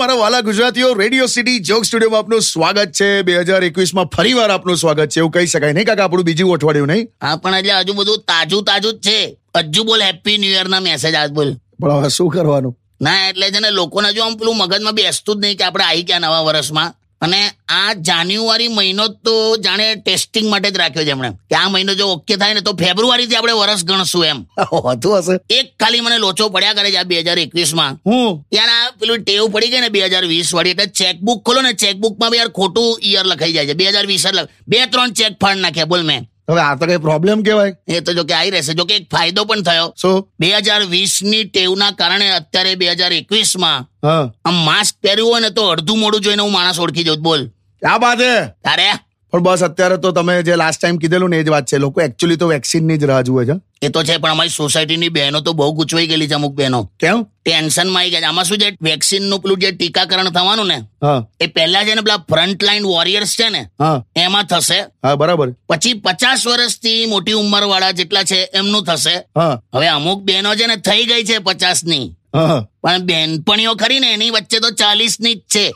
મારા વાલા ગુજરાતીઓ રેડિયો સિટી જોક સ્ટુડિયોમાં આપનું સ્વાગત છે બે હજાર એકવીસમાં ફરીવાર આપનું સ્વાગત છે એવું કહી શકાય નહીં કાકા આપણું બીજું અઠવાડિયું નહીં હા પણ એટલે હજુ બધું તાજું તાજું જ છે હજુ બોલ હેપી ન્યુ યર ના મેસેજ આજ બોલ પણ હવે શું કરવાનું ના એટલે છે ને લોકોને હજુ આમ પેલું મગજમાં બેસતું જ નહીં કે આપણે આવી ગયા નવા વર્ષમાં અને આ જાન્યુઆરી મહિનો તો જાણે ટેસ્ટિંગ માટે જ રાખ્યો છે એમણે કે આ મહિનો જો ઓકે થાય ને તો ફેબ્રુઆરીથી આપણે વર્ષ ગણશું એમ હોતું હશે એક ખાલી મને લોચો પડ્યા કરે છે આ બે હજાર એકવીસમાં હું યાર આ પેલું ટેવ પડી ગઈ ને બે હજાર વીસ વાળી એટલે ચેકબુક ખોલો ને ચેકબુકમાં બી યાર ખોટું ઈયર લખાઈ જાય છે બે હજાર વીસ બે ત્રણ ચેક ફાડ નાખ્યા બોલ મેં હવે આ તો કઈ પ્રોબ્લેમ કહેવાય એ તો જો કે આવી રહેશે જો કે એક ફાયદો પણ થયો શું બે હજાર વીસની ટેવના કારણે અત્યારે બે હજાર એકવીસમાં હા આમ માસ્ક પહેર્યું હોય ને તો અડધું મોડું જોઈને હું માણસ ઓળખી જાઉં બોલ ક્યાં વાત છે તારે પણ બસ અત્યારે તો તમે જે લાસ્ટ ટાઈમ કીધેલું ને એ જ વાત છે લોકો એકચ્યુઅલી તો વેક્સિનની જ રાહ જુએ છે એ તો છે પણ અમારી સોસાયટીની બહેનો તો બહુ ગૂંચવાઈ ગયેલી છે અમુક બહેનો કેમ ટેન્શનમાં આવી ગયા છે. આમાં શું છે વેક્સિનનું પેલું જે ટીકાકરણ થવાનું ને હા એ પહેલા છે ને પેલા ફ્રન્ટ લાઇન વોરિયર્સ છે ને હા એમાં થશે હા બરાબર પછી પચાસ વર્ષથી મોટી ઉંમરવાળા જેટલા છે એમનું થશે હા હવે અમુક બહેનો છે ને થઈ ગઈ છે પચાસની હા પણ બેનપણીઓ ખરી ને એની વચ્ચે તો ચાલીસ ની જ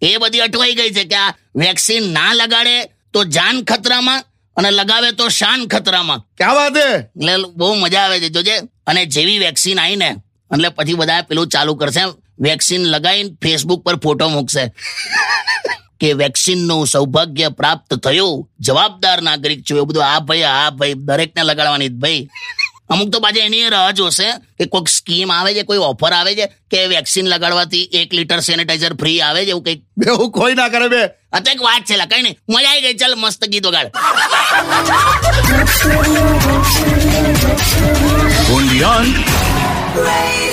છે એ બધી અટવાઈ ગઈ છે કે આ વેક્સિન ના લગાડે તો જાન ખતરામાં અને લગાવે તો શાન ખતરામાં ક્યાં વાત છે એટલે બહુ મજા આવે છે જોજે અને જેવી વેક્સિન આવી ને એટલે પછી બધા પેલું ચાલુ કરશે વેક્સિન લગાવીને ફેસબુક પર ફોટો મૂકશે કે વેક્સિનનું સૌભાગ્ય પ્રાપ્ત થયું જવાબદાર નાગરિક છું એવું બધું આ ભાઈ આ ભાઈ દરેકને લગાડવાની જ ભાઈ અમુક તો પાછી એની રાહ જોશે કે કોઈક સ્કીમ આવે છે કોઈ ઓફર આવે છે કે વેક્સિન લગાડવાથી એક લીટર સેનિટાઈઝર ફ્રી આવે છે એવું કંઈક બે હું કોઈ ના કરે બે આ તો એક વાત છે કઈ નહીં મજા આવી ગઈ ચાલ મસ્ત ગીત વગાડ Radio